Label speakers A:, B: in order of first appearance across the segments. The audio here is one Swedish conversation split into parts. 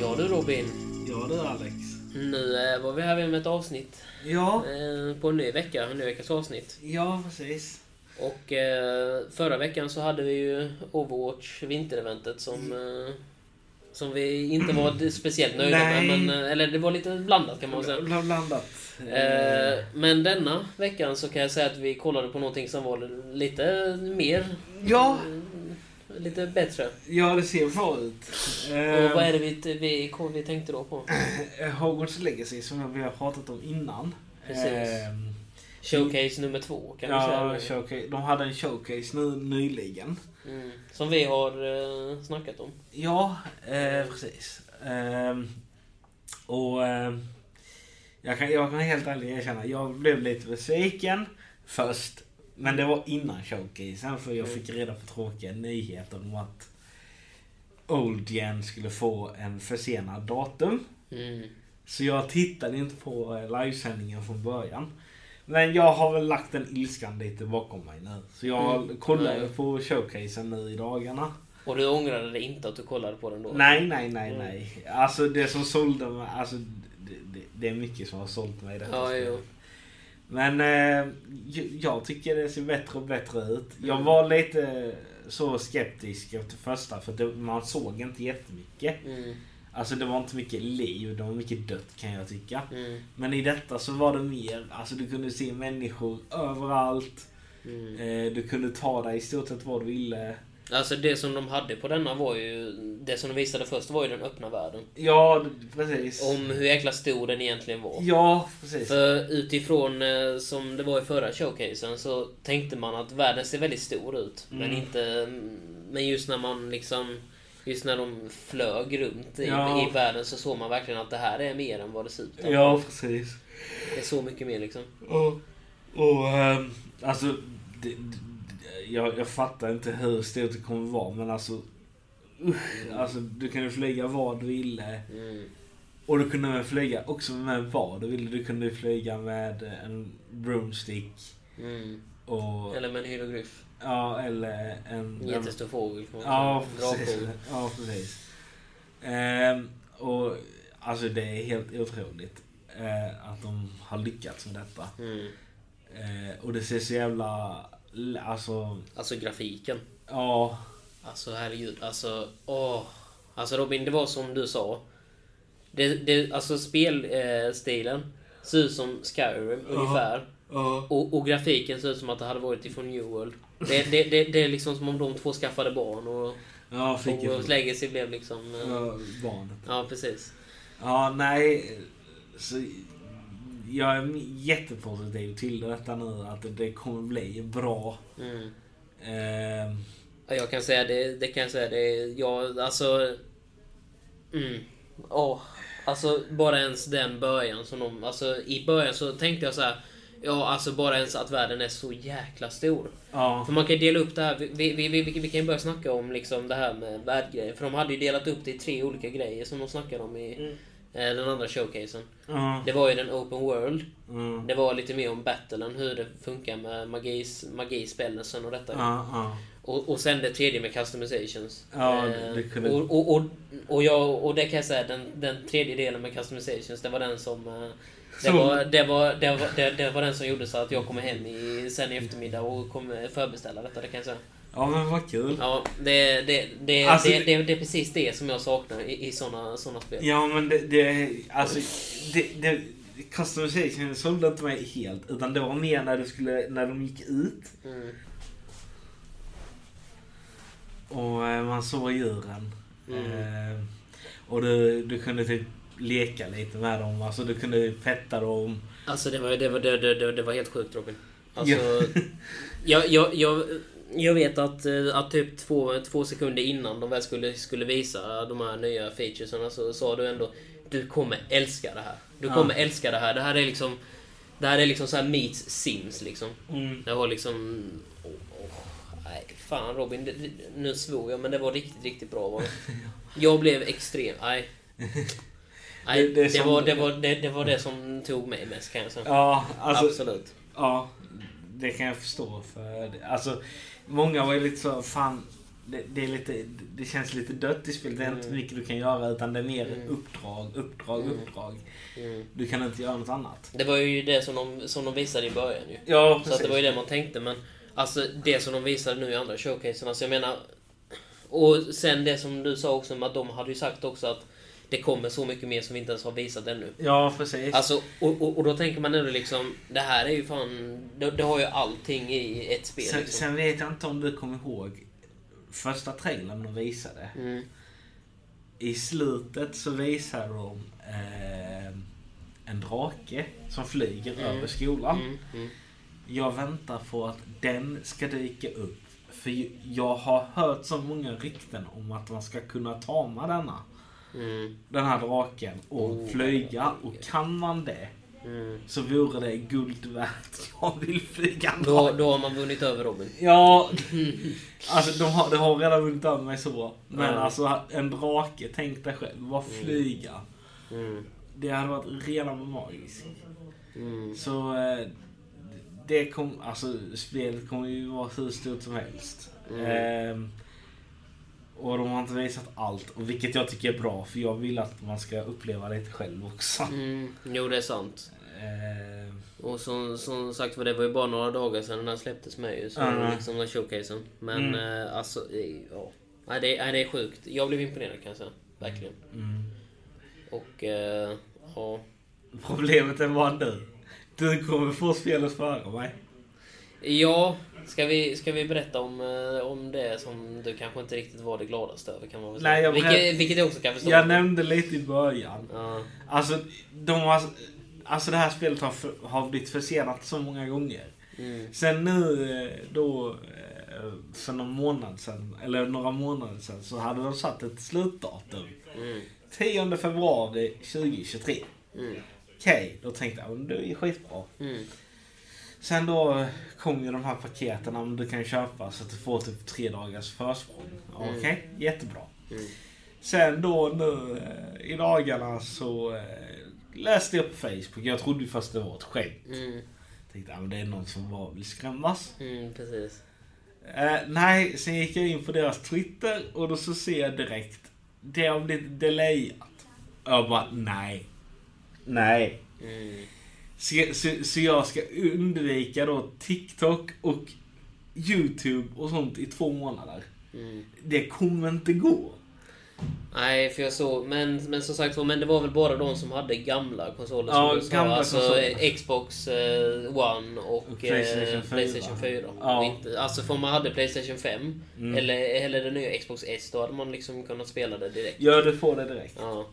A: Ja du Robin.
B: Ja du Alex.
A: Nu eh, var vi här med ett avsnitt.
B: Ja.
A: Eh, På en ny vecka, en ny veckas avsnitt.
B: Ja, precis.
A: Och eh, förra veckan så hade vi ju Overwatch vintereventet som... eh, Som vi inte var speciellt nöjda med.
B: Nej.
A: Men, eh, eller det var lite blandat kan man säga.
B: Bla- Blandat. Eh,
A: Eh, Men denna veckan så kan jag säga att vi kollade på någonting som var lite mer...
B: Ja.
A: eh, Lite bättre.
B: Ja, det ser bra ut.
A: Och vad är
B: Eh,
A: det vi, vi, vi tänkte då på?
B: Hogwarts Legacy som vi har pratat om innan.
A: Precis.
B: Eh,
A: Showcase nummer två kan vi
B: ja,
A: säga.
B: showcase. De hade en showcase nu, nyligen.
A: Mm. Som vi har eh, snackat om.
B: Ja, eh, precis. Ehm, och eh, jag, kan, jag kan helt ärligt erkänna, jag blev lite besviken först. Men det var innan showcaseen för jag fick reda på tråkiga nyheter om att Old Gen skulle få en försenad datum.
A: Mm.
B: Så jag tittade inte på eh, livesändningen från början. Men jag har väl lagt den ilskan lite bakom mig nu. Så jag
A: Mm.
B: kollar ju
A: Mm.
B: på showcaseen nu i dagarna.
A: Och du ångrade dig inte att du kollade på den då?
B: Nej, nej, nej,
A: Mm.
B: nej. Alltså det som sålde mig, alltså det, det, det är mycket som har sålt mig i detta
A: Ja,
B: spelet.
A: jo.
B: Men eh, ju- jag tycker det ser bättre och bättre ut. Jag
A: Mm.
B: var lite så skeptisk efter första för det, man såg inte jättemycket.
A: Mm.
B: Alltså det var inte mycket liv, det var mycket dött kan jag tycka.
A: Mm.
B: Men i detta så var det mer, alltså du kunde se människor överallt.
A: Mm.
B: Eh, du kunde ta dig i stort sett vad du ville.
A: Alltså det som de hade på denna var ju... Det som de visade först var ju den öppna världen.
B: Ja, precis.
A: Om hur jäkla stor den egentligen var.
B: Ja, precis.
A: För utifrån eh, som det var i förra showcasen så tänkte man att världen ser väldigt stor ut. Men
B: Mm.
A: inte... Men just när man liksom... Just när de flög runt i,
B: Ja.
A: i världen så såg man verkligen att det här är mer än vad det ser ut.
B: Ja, precis.
A: Det är så mycket mer liksom.
B: Och, och ehm, alltså, det, det, det- jag, jag fattar inte hur stort det kommer vara, men alltså, usch, alltså du kunde flyga vad du ville.
A: Mm.
B: Och du kunde flyga också med vad du ville. Du kunde flyga med en broomstick
A: Mm.
B: och,
A: Eller med en hieroglyf.
B: ja, eller en...
A: Jättestor fågel. kan man
B: Ja,
A: säga.
B: precis.
A: Gravfågel.
B: Ja, precis. Ehm, och alltså det är helt otroligt eh, att de har lyckats med detta.
A: Mm.
B: Eh, och det ser så jävla... Alltså,
A: Alltså grafiken.
B: ja.
A: Alltså herregud. Alltså, åh. Alltså Robin, det var som du sa. Det, det, alltså spelstilen eh, stilen ser ut som Skyrim
B: Ja.
A: ungefär.
B: Ja.
A: Och, och grafiken ser ut som att det hade varit ifrån New World. Det, det, det, det är liksom som om de två skaffade barn och
B: Ja, fick ju...
A: Hogwarts Legacy blev liksom... Eh,
B: Ja, barnet.
A: ja, precis.
B: Ja, nej. Så, jag är jättepositiv till detta nu. Att det- det kommer bli bra.
A: Mm.
B: Ehm,
A: Ja, Jag kan säga det, det kan jag säga det. Jag, alltså... Mm. Åh. Alltså bara ens den början som de... Alltså i början så tänkte jag så här. Ja, alltså bara ens att världen är så jäkla stor.
B: ja.
A: För man kan ju dela upp det här. Vi, vi, vi, vi, vi kan ju börja snacka om liksom det här med världgrejer. För de hade ju delat upp det i tre olika grejer som de snackade om i eh, den andra showcasen.
B: Ja.
A: Det var ju den open world.
B: Ja.
A: Det var lite mer om battlen, hur det funkar med magi, magi spellelsen och detta.
B: Ja, ja.
A: Och, och sen det tredje med customizations. Eh,
B: Ja, det- det kunde-
A: och, och, och, och, jag, och det kan jag säga, den, den tredje delen med customizations, det var den som... eh, Det
B: Som-
A: var, det, var, det, var, det, det var den som gjorde så att jag kommer hem i, sen i eftermiddag och kommer förbeställa detta, det kan jag säga.
B: Ja, men vad kul.
A: Ja, det, det, det,
B: Alltså,
A: det,
B: det-
A: det, det är precis det som jag saknar i, i såna, såna spel.
B: Ja, men det... det alltså, det... det Customization sålde inte mig helt. Utan det var mer när, du skulle, när de gick ut.
A: Mm.
B: Och eh, man såg djuren.
A: Mm.
B: Eh, och du, du kunde typ leka lite med dem. Alltså du kunde petta dem.
A: Alltså det var, det var, det, det, det, det var helt sjukt Robin. Alltså, jag, jag, jag, jag vet att, eh, att typ två, två sekunder innan de väl skulle, skulle visa de här nya featuresen så sa du ändå Du kommer älska det här. Du
B: Ja.
A: kommer älska det här. Det här är liksom Det här är liksom så här meets Sims liksom.
B: Mm.
A: Det var liksom åh, åh, Nej, fan Robin, det, det, nu svor jag men det var riktigt, riktigt bra var det. Jag blev extrem, nej. Nej,
B: Det- det
A: det,
B: är som-
A: var, det, var, det, det var det som tog mig mest kan jag säga.
B: Ja, alltså.
A: Absolut.
B: Ja, det kan jag förstå. För, alltså, många var ju lite så fan. det, det, är lite, det känns lite dött i spelet. Det är inte
A: Mm.
B: mycket du kan göra utan det är mer
A: Mm.
B: uppdrag, uppdrag,
A: Mm.
B: uppdrag.
A: Mm.
B: Du kan inte göra något annat.
A: Det var ju det som de, som de visade i början ju.
B: Ja,
A: Så att det var ju det man tänkte, men alltså det som de visade nu i andra showcasen, alltså jag menar... Och sen det som du sa också, med att de hade ju sagt också att det kommer så mycket mer som vi inte ens har visat ännu.
B: Ja, precis.
A: Alltså, och, och, och då tänker man ändå liksom, det här är ju fan, det, det har ju allting i ett spel
B: sen,
A: liksom.
B: sen vet jag inte om du kommer ihåg första trailern de visade.
A: Mm.
B: I slutet så visar de eh, en drake som flyger
A: Mm.
B: över skolan.
A: Mm. Mm.
B: Jag väntar på att den ska dyka upp. För ju- jag har hört så många rykten om att man ska kunna tama denna.
A: Mm.
B: Den här draken och
A: Oh,
B: flyga.
A: vad
B: Och
A: flyger.
B: kan man det
A: Mm.
B: så vore det guld värt. Jag vill flyga en
A: Då,
B: drake.
A: då har man vunnit över Robin.
B: Ja, alltså de har, de har redan vunnit över mig så bra. Men
A: Mm.
B: alltså en drake, tänk dig själv. Bara flyga.
A: Mm.
B: Det hade varit rena magiskt.
A: Mm.
B: Så eh, det kom, alltså spelet kommer ju vara hur stort som helst.
A: Mm.
B: Ehm, och de har inte visat allt, och vilket jag tycker är bra för jag vill att man ska uppleva det själv också.
A: Mm. Jo, det är sant.
B: Ehm,
A: Och som, som sagt var, det var ju bara några dagar sedan den här släpptes med ju. Så
B: Ja, ja. Mm.
A: liksom den showcasen. Men eh, alltså, eh, ja. Nej, det, nej, det är sjukt. Jag blev imponerad kan jag säga. Verkligen.
B: mm.
A: Och, eh, ja.
B: Problemet är bara du. Du kommer få spelet före mig.
A: Ja, ska vi, ska vi berätta om, eh, om det som du kanske inte riktigt var det gladaste över? Kan man väl säga.
B: Nej, jag
A: vilket,
B: berätt-
A: vilket jag också kan förstå.
B: Jag nämnde lite i början.
A: ja,
B: Alltså, de har, alltså det här spelet har, för, har blivit försenat så många gånger.
A: mm,
B: Sen nu eh, då eh, för någon månad sedan, eller några månader sedan så hade de satt ett slutdatum.
A: mm,
B: 10 februari 2023.
A: mm,
B: Okej, då tänkte jag "Men det är ju skitbra.
A: mm,
B: Sen då kom ju de här paketen om du kan köpa så att du får typ tre dagars försprång. Okej, jättebra.
A: mm,
B: Sen då nu eh, i dagarna så eh, läste jag på Facebook. Jag trodde ju först det var ett skämt.
A: mm,
B: Tänkte att det är någon som bara vill skrämmas.
A: mm, precis.
B: Eh, nej, sen gick jag in på deras Twitter och då så ser jag direkt. Det har blivit delayat. Jag bara, nej. Nej.
A: Mm,
B: Så, så, så jag ska undvika då TikTok och YouTube och sånt i två månader.
A: mm.
B: Det kommer inte gå.
A: Nej, för jag såg... Men, men som sagt var, men det var väl bara de som hade gamla konsoler
B: Ja,
A: som du sa.
B: gamla
A: alltså
B: konsoler.
A: Xbox eh, One och,
B: Och
A: Playstation 4.
B: PlayStation 4.
A: Playstation 4.
B: Ja. Mm.
A: Inte, alltså för om man hade Playstation 5 eller, eller den nya Xbox S, då hade man liksom kunnat spela det direkt.
B: Ja, du får det direkt.
A: Ja.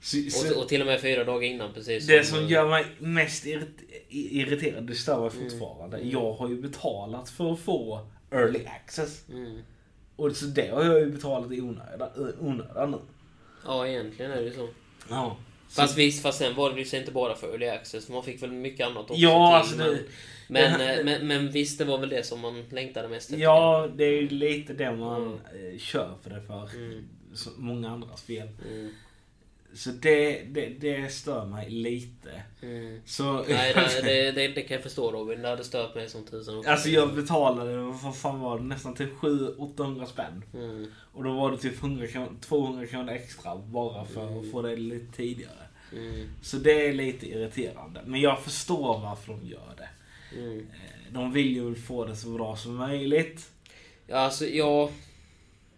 B: Så,
A: Och,
B: så,
A: och till och med fyra dagar innan precis. eh,
B: det som gör mig mest irrit- i- irriterad, det stör mig fortfarande.
A: Mm.
B: Jag har ju betalat för att få early access.
A: Mm.
B: Och så det har jag ju betalat i onödan, i onödan nu.
A: Ja, egentligen är det ju så.
B: Ja.
A: Fast visst, fast sen var det ju så inte bara för early access. Man fick väl mycket annat också
B: Ja,
A: till.
B: alltså
A: men,
B: det-
A: men,
B: det-
A: eh, men, men visst, det var väl det som man längtade mest efter.
B: ja, det är ju lite det man mm. köper det för.
A: Mm.
B: Så många andra spel.
A: Mm.
B: Så det, det, det stör mig lite.
A: Mm.
B: Så...
A: Nej, det, det, det, det kan jag förstå Robin. Det hade stört mig som tusan också.
B: Alltså jag betalade, vad fan var det, nästan typ 700-800 spänn.
A: Mm.
B: Och då var det typ 100 kronor, 200 kronor extra bara för att få det lite tidigare.
A: Mm.
B: Så det är lite irriterande. Men jag förstår varför de gör det.
A: Mm.
B: Eh, De vill ju få det så bra som möjligt.
A: Ja, alltså jag...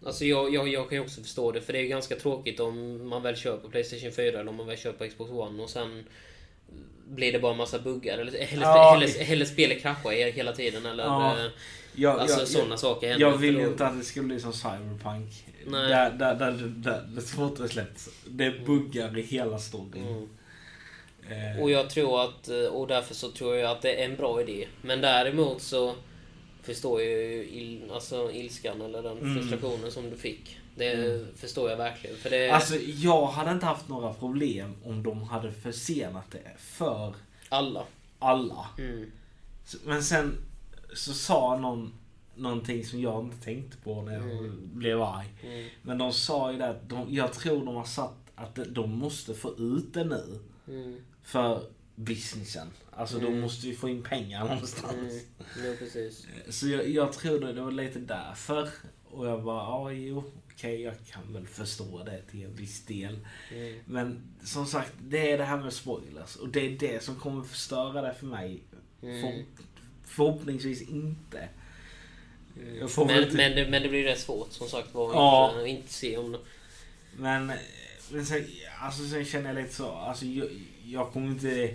A: Alltså jag, jag, jag kan ju också förstå det, för det är ju ganska tråkigt om man väl kör på Playstation 4 eller om man väl kör på Xbox One och sen blir det bara en massa buggar eller, eller,
B: Ja.
A: eller, eller spelet kraschar he- hela tiden eller
B: Ja.
A: eh,
B: Jag,
A: alltså
B: jag,
A: sådana saker
B: jag,
A: händer.
B: jag vill
A: för
B: ju
A: då-
B: inte att det ska bli som Cyberpunk.
A: Nej.
B: Där, där, där, där, där, så fort det släpps. Det buggar i hela storyn.
A: Mm.
B: Eh,
A: Och jag tror att, eh, och därför så tror jag att det är en bra idé. Men däremot så förstår jag ju il, alltså ilskan eller den
B: Mm.
A: frustrationen som du fick. Det förstår jag verkligen. För det,
B: Alltså jag hade inte haft några problem om de hade försenat det för
A: alla.
B: alla.
A: Mm.
B: Så- Men sen så sa någon någonting som jag inte tänkte på när jag blev arg.
A: Mm.
B: Men de sa ju det att de, jag tror de har satt att de- de måste få ut det nu.
A: Mm.
B: för businessen. Alltså de måste ju få in pengar någonstans.
A: Mm. Jo, precis.
B: Så jag, jag tror det, det var lite därför. Och Och jag bara, ja jo, okej jag kan väl förstå det till en viss del.
A: Mm.
B: Men som sagt, det är det här med spoilers. Och det är det som kommer förstöra det för mig.
A: Mm.
B: För, förhoppningsvis inte.
A: Mm.
B: Jag får väl
A: Men,
B: inte-
A: men, det- men det blir rätt svårt som sagt var.
B: Ja.
A: Inte, inte se om det.
B: Men, men sen, alltså, sen känner jag lite så, alltså jag, jag kommer inte...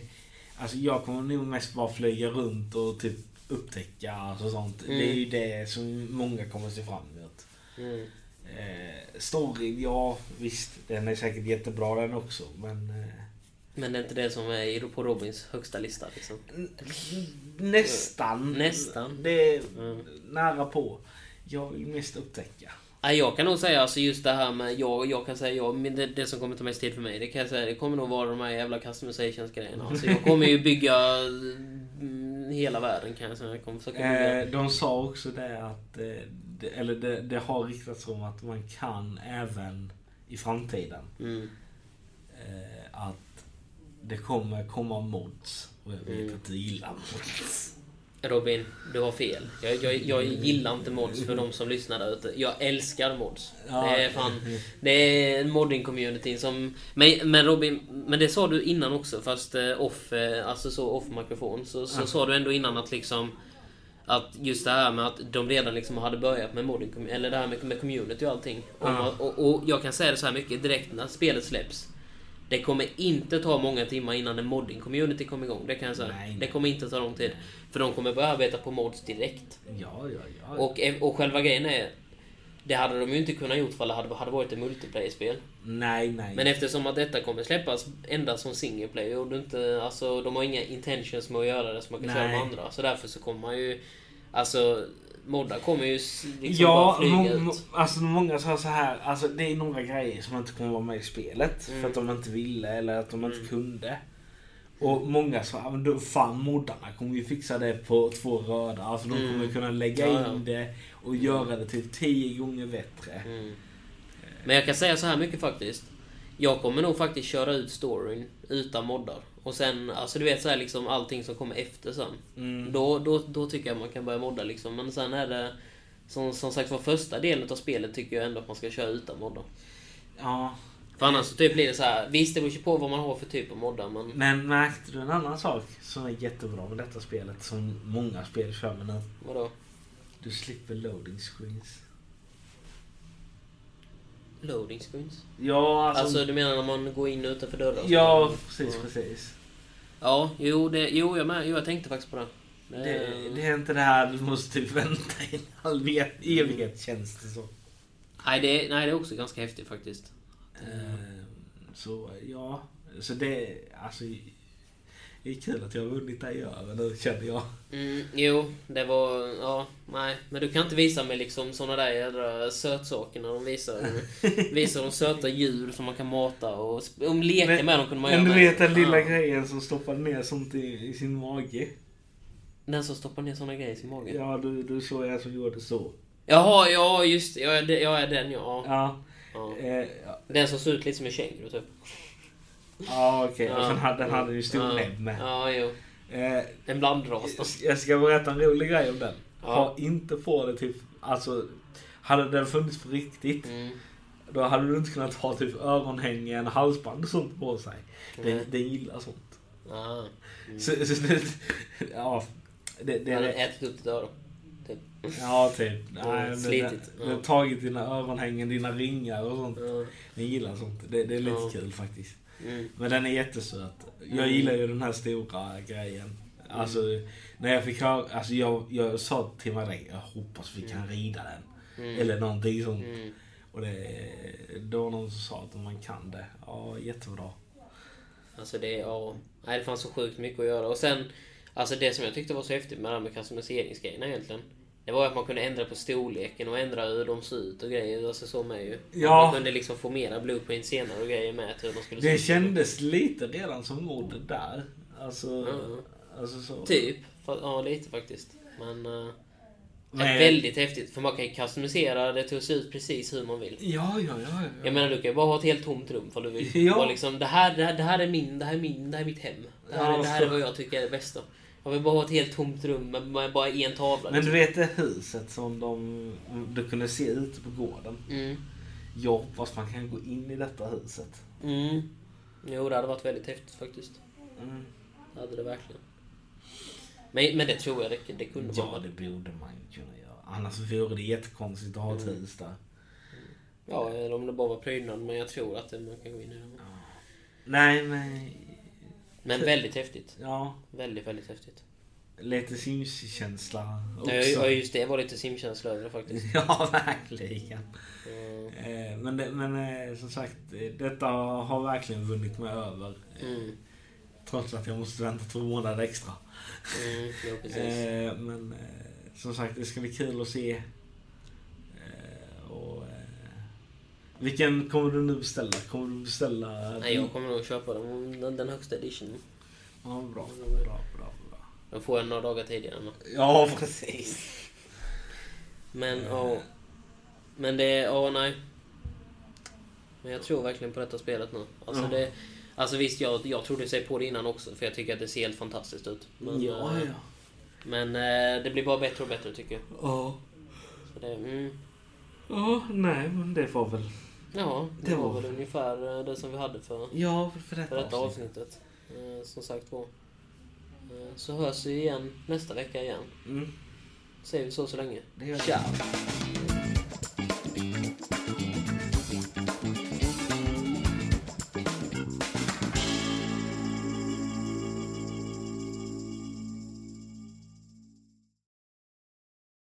B: Alltså jag kommer nog mest bara flyga runt och typ upptäcka alltså sånt.
A: Mm.
B: Det är ju det som många kommer se fram emot.
A: Mm.
B: Eh, story, ja visst, den är säkert jättebra den också men... Eh,
A: Men det är inte det som är på Robins högsta lista liksom.
B: n- nästan.
A: Mm. Nästan.
B: Det är
A: Mm.
B: nära på. Jag vill mest upptäcka.
A: Nej, jag kan nog säga alltså just det här med, jag, jag kan säga, jag, men det, det som kommer ta mest tid för mig, det kan jag säga, det kommer nog vara de här jävla customizations grejerna. Alltså, jag kommer ju bygga mm, hela världen kan jag säga. Jag kommer försöka bygga.
B: Eh, de sa också det att, eh, det, eller det, det har riktats om att man kan även i framtiden
A: Mm.
B: eh, att det kommer komma mods. Och jag vet
A: Mm.
B: att du gillar mods.
A: Robin, du har fel. Jag, jag, jag gillar inte mods för de som lyssnar där ute. Jag älskar mods.
B: Ja.
A: Det är fan... Det är modding-communityn som... Men, men Robin, men det sa du innan också fast eh, off, eh, alltså så off mikrofon. Så, så sa du ändå innan att liksom... Att just det här med att de redan liksom hade börjat med modding, commu- eller det här med, med community och allting. Och,
B: Ja.
A: och, och jag kan säga det så här mycket direkt när spelet släpps. Det kommer inte ta många timmar innan en modding-community kommer igång. Det kan jag säga.
B: Nej, nej.
A: Det kommer inte ta lång tid. För de kommer börja arbeta på mods direkt.
B: Ja, ja, ja.
A: Och, och själva grejen är... Det hade de ju inte kunnat gjort för det hade, hade varit ett multiplayer-spel.
B: nej, nej.
A: Men eftersom att detta kommer släppas endast som single player och du inte, alltså, de har inga intentions med att göra det som man kan köra
B: Nej.
A: med andra. Så därför så kommer man ju... Alltså, moddar kommer ju s- liksom bara
B: ja,
A: flyga
B: må-
A: ut.
B: må- alltså många sa så här, alltså det är några grejer som inte kommer vara med i spelet.
A: Mm.
B: För att de inte ville eller att de inte kunde. Och många sa, "Ja, men då fan moddarna kommer ju fixa det på två röda. Alltså de
A: Mm.
B: kommer kunna lägga
A: Ja, ja.
B: in det och göra det till tio gånger bättre.
A: Mm. Men jag kan säga så här mycket faktiskt. Jag kommer nog faktiskt köra ut storyn utan moddar. Och sen, alltså du vet så här liksom allting som kommer efter sen.
B: Mm.
A: Då, då, då tycker jag man kan börja modda liksom. Men sen är det... Som, som sagt var, första delen av spelet tycker jag ändå att man ska köra utan moddar.
B: Ja.
A: För annars så typ blir det så här. Visst, det beror ju på vad man har för typ av moddar, men...
B: Men märkte du en annan sak som är jättebra med detta spelet som många spel kör med nu?
A: Vadå?
B: Du slipper loading screens.
A: Loading screens?
B: Ja, alltså...
A: Alltså, Mm. du menar när man går in och utanför dörrar?
B: ja, precis,
A: Ja.
B: precis.
A: Ja, jo, det, jo, jag med, jo, jag tänkte faktiskt på det. Eh,
B: Det, det är inte det här du måste typ vänta i en halv e- evighet känns det som.
A: Nej, det, nej, det är också ganska häftigt faktiskt.
B: Ehm, Så ja, så det alltså det är kul att jag har vunnit det jag gör men nu känner jag.
A: Mm, jo, det var... Ja, nej. Men du kan inte visa mig liksom såna där jädra sötsaker när de visar, visar de söta djur som man kan mata och... sp- Om leker med dem kunde man
B: men du
A: göra
B: vet
A: med.
B: den lilla
A: Ja.
B: grejen som stoppade ner sånt i, i sin mage?
A: Den som stoppar ner såna grejer i sin mage?
B: Ja, du, du såg jag som gjorde så.
A: Jaha, ja just det. Ja, det- ja, den ja.
B: Ja,
A: ja.
B: eh, ja,
A: Den som ser ut lite som en känguru typ.
B: ja okej. Och sen
A: Ja.
B: hade, den hade ju stor
A: ja.
B: näbb med.
A: Ja, jo.
B: Eh,
A: En blandras då.
B: Jag ska berätta en rolig grej om den.
A: Ja.
B: Ha inte på det typ, alltså hade den funnits på riktigt
A: Mm.
B: Då hade du inte kunnat ha typ öronhängen, halsband och sånt på sig. Den,
A: Nej.
B: den gillar sånt.
A: Ah.
B: Så, så det, ja, det, det,
A: Han har
B: det,
A: ätit upp ditt öra. Typ.
B: ja, typ. Nej, men den,
A: Slitigt. Ja.
B: den har tagit dina öronhängen, dina ringar och sånt.
A: Ja.
B: Den gillar sånt. Det, det är lite
A: Ja.
B: kul faktiskt.
A: Mm.
B: Men den är jättesöt. Jag
A: Mm.
B: gillar ju den här stora grejen. Alltså, när jag fick höra, alltså jag, jag sa till Marie, jag hoppas vi kan rida den.
A: Mm.
B: Eller någonting sånt.
A: Mm.
B: Och det, det var någon som sa att man kan det. Ja, jättebra.
A: Alltså det, ja. Nej, det fanns så sjukt mycket att göra. Och sen, alltså det som jag tyckte var så häftigt med det här med customiseringsgrejerna egentligen. Det var ju att man kunde ändra på storleken och ändra hur de ser ut och grejer. Alltså så med ju.
B: Ja.
A: Man kunde liksom få mera blueprint senare och grejer med till hur de skulle se
B: Det
A: ut.
B: kändes lite redan som mord där. Alltså,
A: Ja.
B: alltså så.
A: Typ. Fa- Ja, lite faktiskt. Men... eh,
B: Nej.
A: Är väldigt häftigt, för man kan ju customisera det till att se ut precis hur man vill.
B: Ja, ja, ja. ja.
A: Jag menar, du kan ju bara ha ett helt tomt rum om du vill.
B: Ja.
A: Bara liksom, det, här, det, här, det här är min, det här är min, det här är mitt hem. Det här,
B: Ja.
A: det här är vad jag tycker är det bästa. Jag vill bara ha ett helt tomt rum med, med bara en tavla.
B: Men du
A: liksom.
B: vet det huset som de, du kunde se ute på gården?
A: Mm.
B: Jag hoppas man kan gå in i detta huset.
A: Mm. Jo, det hade varit väldigt häftigt faktiskt.
B: Mm.
A: Det hade det verkligen. Men, men det tror jag det, det kunde
B: Ja,
A: vara.
B: det borde man ju kunna göra. Annars vore det jättekonstigt att ha
A: Mm.
B: ett hus där.
A: Ja, eller om det bara var prydnad. Men jag tror att det- man kan gå in i det.
B: Nej, men...
A: Men väldigt häftigt.
B: Ja,
A: Väldigt, väldigt häftigt.
B: lite Sims-känsla också.
A: Ja, just det. Jag var lite simkänsla över det faktiskt.
B: Ja, verkligen.
A: Mm.
B: Eh, Men, det, men eh, som sagt, eh, detta har verkligen vunnit mig över. eh,
A: Mm.
B: Trots att jag måste vänta två månader extra.
A: Mm. Ja, precis.
B: Eh, Men eh, som sagt, det ska bli kul att se. Eh, Och, eh, vilken kommer du nu beställa? Kommer du beställa...
A: Nej, jag kommer nog köpa den, den, den högsta editionen.
B: Ja, bra, bra, bra, bra.
A: Då får jag några dagar tidigare. Men,
B: Ja, precis.
A: men
B: Mm.
A: ja. Men det, ja nej. Men jag tror verkligen på detta spelet nu. Alltså,
B: Ja.
A: det, alltså visst, jag, jag trodde sig på det innan också. För jag tycker att det ser helt fantastiskt ut. Men,
B: Ja,
A: eh,
B: ja.
A: men eh, det blir bara bättre och bättre tycker jag.
B: Ja.
A: Så det, mm,
B: Ja, nej, men det var väl...
A: ja, det,
B: Det
A: var,
B: var-
A: väl ungefär eh, det som vi hade för,
B: Ja, för
A: för detta avsnittet. Eh, som sagt var. Eh, så hörs vi igen nästa vecka igen.
B: Mm,
A: Säger vi så så länge.
B: det gör vi.
A: Tja!